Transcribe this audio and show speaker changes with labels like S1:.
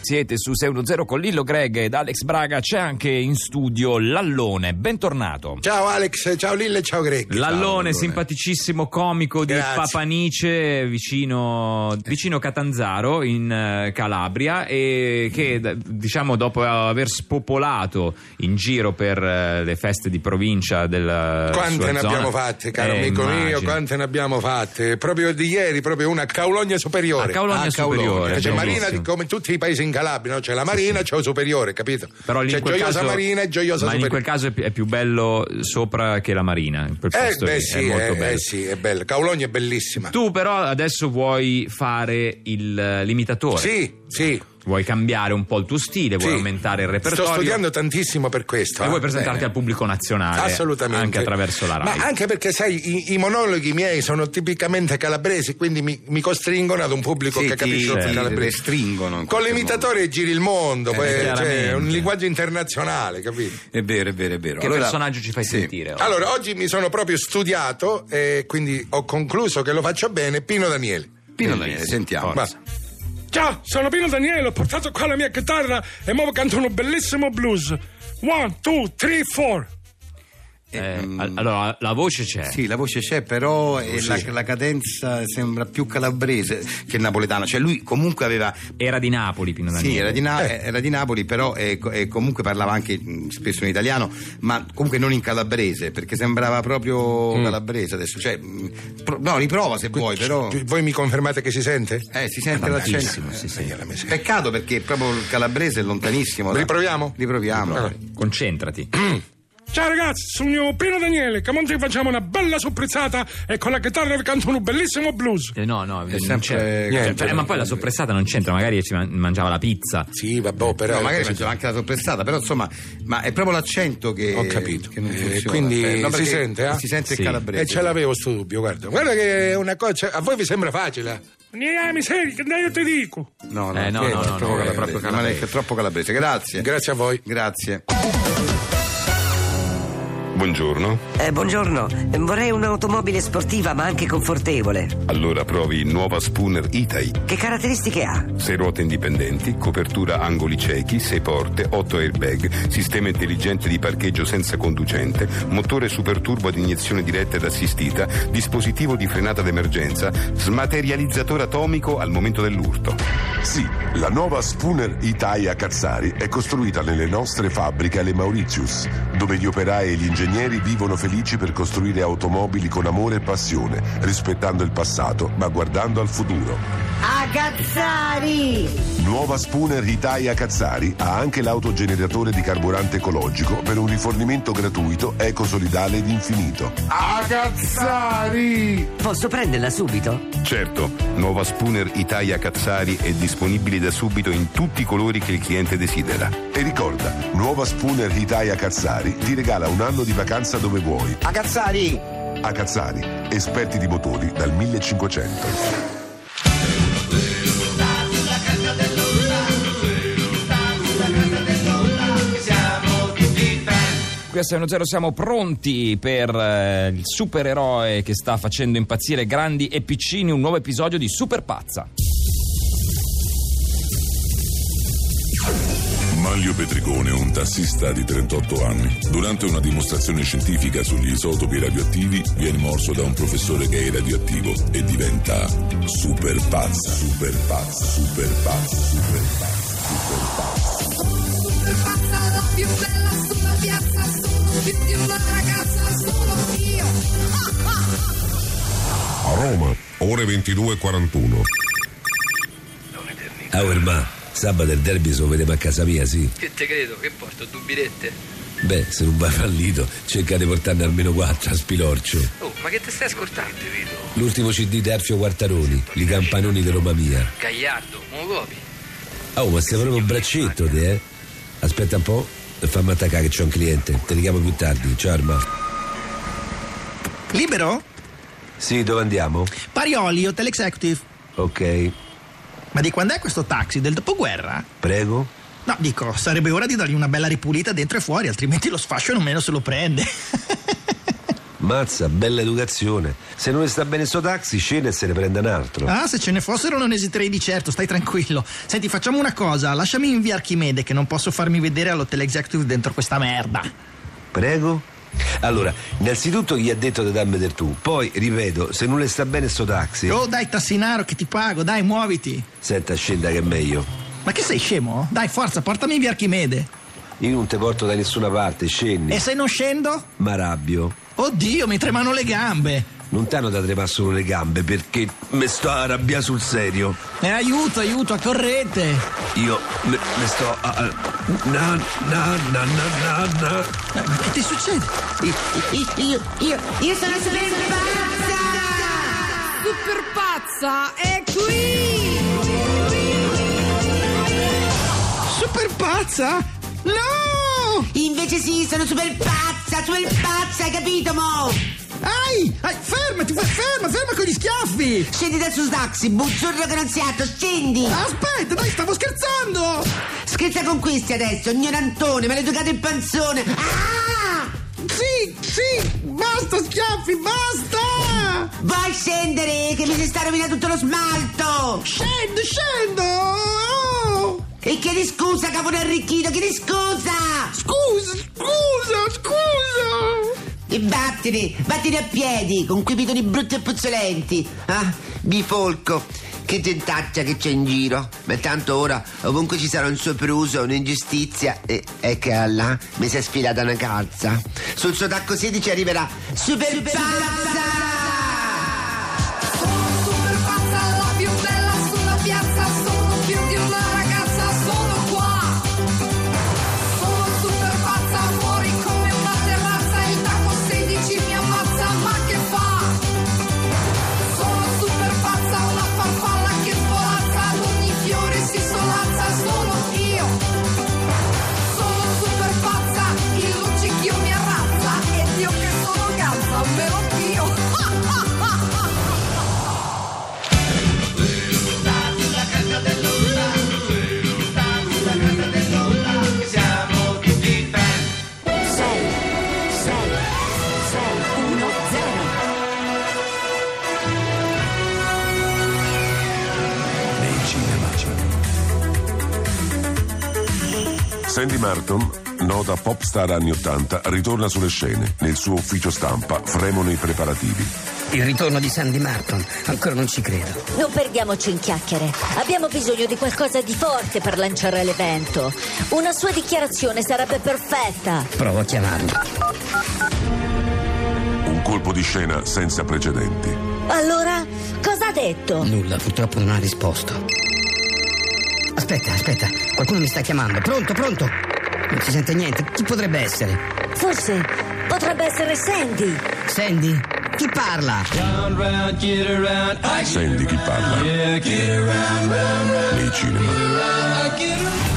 S1: Siete su 610 con Lillo Greg ed Alex Braga. C'è anche in studio Lallone. Bentornato.
S2: Ciao Alex, ciao Lille, ciao Greg.
S3: Lallone, simpaticissimo comico di
S2: Grazie.
S3: Papanice, vicino, vicino Catanzaro in eh, Calabria, e
S2: Mm.
S3: che d- diciamo dopo aver spopolato in giro per eh, le feste di provincia della
S2: Eh, Quante
S3: sua
S2: ne
S3: zona-
S2: abbiamo fatte, caro
S3: Eh,
S2: amico mio,
S3: immagino.
S2: quante ne abbiamo fatte. Proprio di ieri, proprio una a Caulogna Superiore.
S3: A Caulogna
S2: A
S3: Superiore,
S2: C'è Marina,
S3: bellissimo.
S2: di- come tutti i paesi in Calabria, no? c'è la Marina, c'è lo Superiore, capito?
S3: Però lì
S2: c'è
S3: in quel
S2: Gioiosa
S3: caso-
S2: Marina e Gioiosa
S3: Ma in
S2: Superiore.
S3: quel caso è pi- è più bello sopra che la Marina. in quel
S2: Eh
S3: posto lì,
S2: beh
S3: è
S2: sì,
S3: molto
S2: eh,
S3: bello.
S2: eh, sì, è bella. Caulogna è bellissima.
S3: Tu però adesso vuoi fare il eh, limitatore.
S2: Sì, sì.
S3: Vuoi cambiare un po' il tuo stile, vuoi
S2: sì.
S3: aumentare il repertorio.
S2: Sto studiando tantissimo per questo.
S3: E
S2: eh.
S3: vuoi presentarti
S2: Bene.
S3: al pubblico nazionale
S2: Assolutamente.
S3: Eh, anche attraverso la RAI.
S2: Ma anche perché, sai, i, i monologhi miei sono tipicamente calabresi, quindi mi, mi costringono ad un pubblico che capisce il calabrese.
S4: stringono.
S2: Con l'imitatore giri il mondo,
S4: Eh,
S2: poi c'è
S3: chiaramente.
S2: un linguaggio internazionale, capito?
S4: È vero, è vero, è vero.
S3: Che
S4: Allora-
S3: personaggio ci fai
S4: sì.
S3: sentire? oggi?
S2: Allora, oggi mi sono proprio studiato e quindi ho concluso che lo faccio bene Pino Daniele.
S4: Pino Daniele, sentiamo.
S2: Ma-
S5: Ciao, sono Pino Daniele, ho portato qua la mia chitarra e ora canto un bellissimo blues. One, two, three, four.
S3: Eh,
S4: Ehm,
S3: al- allora, la voce c'è.
S4: Sì, la voce c'è, però eh, la, la cadenza sembra più calabrese che napoletana. Cioè, lui comunque aveva.
S3: Era di Napoli Pino Daniele.
S4: Sì, era di, Na-
S2: Eh.
S4: era di Napoli, però eh, co- eh, comunque parlava anche mh, spesso in italiano, ma comunque non in calabrese, perché sembrava proprio calabrese adesso. Cioè, mh, pro- no, riprova se vuoi, però.
S2: Voi mi confermate che si sente?
S4: Eh, si sente
S3: Tantissimo, sì,
S4: l'accento.
S3: sì.
S4: Peccato perché proprio il calabrese è lontanissimo. da-
S2: Riproviamo?
S4: Riproviamo.
S2: Allora.
S3: Concentrati. Eh,
S5: Ciao ragazzi, sono Pino Daniele, che oggi facciamo una bella sorpresata e con la chitarra vi canto un bellissimo blues.
S3: Eh, no, no, non
S4: sempre-
S3: c'è.
S2: niente.
S3: Cioè, cioè, eh, ma poi la soppressata non c'entra, magari ci man- mangiava la pizza.
S2: Sì,
S3: Eh,
S2: vabbè, Eh, però.
S4: No, magari faceva anche la sorpressata, però insomma, ma è proprio l'accento che.
S2: Ho capito.
S4: che non
S2: Eh,
S4: funziona.
S2: quindi
S4: Eh, no,
S2: si
S4: perché
S2: sente, eh?
S4: Si sente
S3: Sì.
S4: il calabrese.
S2: E ce l'avevo sto dubbio, guarda. Guarda che è una cosa. A voi vi sembra facile?
S5: Niente miseria, che dai io ti dico.
S4: No, no,
S3: Eh, no, no,
S4: niente,
S3: no,
S4: è troppo
S3: no, è
S4: calabrese.
S3: proprio
S4: Ma
S3: calabrese.
S4: è troppo calabrese. Grazie.
S2: Grazie a voi.
S4: Grazie.
S6: Buongiorno,
S7: Eh, buongiorno, Eh, vorrei un'automobile sportiva ma anche confortevole.
S6: allora provi nuova Spooner Itai.
S7: Che caratteristiche ha?
S6: Sei ruote indipendenti, copertura angoli ciechi, sei porte, 8 airbag, sistema intelligente di parcheggio senza conducente, motore superturbo ad iniezione diretta ed assistita, dispositivo di frenata d'emergenza, smaterializzatore atomico al momento dell'urto.
S8: Sì, la nuova Spooner Italia Cazzari è costruita nelle nostre fabbriche alle Mauritius, dove gli operai e gli ingegneri vivono felici per costruire automobili con amore e passione, rispettando il passato ma guardando al futuro.
S7: Agazzari!
S8: Nuova Spooner Italia Cazzari ha anche l'autogeneratore di carburante ecologico per un rifornimento gratuito, ecosolidale ed infinito. A Cazzari!
S7: Posso prenderla subito?
S6: Certo, nuova Spooner Italia Cazzari è disponibile da subito in tutti i colori che il cliente desidera.
S8: E ricorda, nuova Spooner Italia Cazzari ti regala un anno di vacanza dove vuoi. A Cazzari! A Cazzari, esperti di motori dal 1500.
S1: Qui a 610 siamo pronti per eh, il supereroe che sta facendo impazzire grandi e piccini, un nuovo episodio di Super Pazza.
S9: Manlio Petricone è un tassista di 38 anni. Durante una dimostrazione scientifica sugli isotopi radioattivi viene morso da un professore gay radioattivo e diventa super pazza, super pazza, super pazza, super pazza.
S10: pazza la più bella sulla piazza sono più di una ragazza sono io
S9: A Roma, ore 22.41.
S11: Ah, ormai, sabato il derby lo vediamo a casa mia, sì.
S5: Che te credo, che porto, due birette.
S11: Beh, se non va fallito, cercate di portarne almeno quattro a Spilorcio.
S5: Oh, ma che te stai ascoltando?
S11: L'ultimo CD di Erfio Quartaroni, I campanoni di Roma Mia.
S5: Gagliardo, Mogopi.
S11: Oh, ma sei proprio un braccetto, te, eh? Aspetta un po', fammi attaccare che c'è un cliente. Te richiamo più tardi, ciao Arma.
S12: Libero?
S11: Sì, dove andiamo?
S12: Parioli, Hotel Executive.
S11: Ok,
S12: Ma di quando è questo taxi? Del dopoguerra?
S11: prego.
S12: No, dico, sarebbe ora di dargli una bella ripulita dentro e fuori, altrimenti lo sfascio nemmeno se lo prende.
S8: Mazza, bella educazione. Se non le sta bene sto taxi, scende e se ne prende un altro.
S5: Ah, se ce ne fossero non esiterei di certo, stai tranquillo. Senti, facciamo una cosa, lasciami in via Archimede che non posso farmi vedere all'hotel executive dentro questa merda.
S8: Prego? Allora, innanzitutto gli ha detto di darmi del tu, poi ripeto, se non le sta bene sto taxi,
S5: Oh, dai, tassinaro che ti pago, dai, muoviti.
S8: senta scenda che è meglio.
S5: Ma che sei scemo? Dai, forza, portami in via Archimede.
S8: Io non ti porto da nessuna parte, scendi.
S5: E se non scendo?
S8: Ma rabbio.
S5: Oddio, mi tremano le gambe.
S8: Non t'hanno da tremare solo le gambe perché mi sto a arrabbiare sul serio.
S5: Eh, aiuto, aiuto, correte.
S8: Io me, me sto a. a- na, na, na, na, na, na.
S5: Ma Eh, che ti succede?
S11: Io, io, io sono super pazza! Super pazza è qui!
S5: Super pazza? No!
S7: Invece sì, sono super pazza, super pazza, hai capito mo?
S5: Ai, ai, fermati, fe- ferma, ferma con gli schiaffi!
S7: Scendi da su taxi, buzzurro granziato, scendi!
S5: Aspetta, dai, stavo scherzando!
S7: Scherza con questi adesso, ignorantone, maleducato il panzone! Ah!
S5: Sì, sì, basta schiaffi, basta!
S7: Vai scendere, che mi si sta rovinando tutto lo smalto!
S5: Scendo, scendo!
S7: E chiedi scusa, cavolo arricchito, chiedi scusa!
S5: Scusa, scusa, scusa!
S7: E vattene, vattene a piedi, con quei pitoni brutti e puzzolenti. Ah, bifolco, che gentaccia che c'è in giro. Ma tanto ora, ovunque ci sarà un sopruso, un'ingiustizia, e, e che là mi si è sfilata una calza. Sul suo tacco 16 arriverà Super, Pazza!
S11: Super pazza, la più bella sulla piazza, sono più di una ragazza, sono qua. Sono super pazza, fuori come una terrazza, il tacco 16 mi ammazza, ma che fa? Sono super pazza, una farfalla che svolazza, ad ogni fiore si solazza, sono io. Sono super pazza, il luccichio mi arrazza, e Dio che sono gazza, me lo dio.
S12: Sandy Martin, nota pop star anni 80, ritorna sulle scene. Nel suo ufficio stampa fremono i preparativi.
S13: Il ritorno di Sandy Martin, ancora non ci credo.
S14: Non perdiamoci in chiacchiere. Abbiamo bisogno di qualcosa di forte per lanciare l'evento. Una sua dichiarazione sarebbe perfetta.
S13: Provo a chiamarlo.
S12: Un colpo di scena senza precedenti.
S14: Allora, cosa ha detto?
S13: Nulla, purtroppo non ha risposto. Aspetta, aspetta, qualcuno mi sta chiamando. Pronto, pronto? Non si sente niente. Chi potrebbe essere?
S14: Forse potrebbe essere Sandy.
S13: Sandy? Chi parla?
S12: Sandy chi parla. Nei cinema.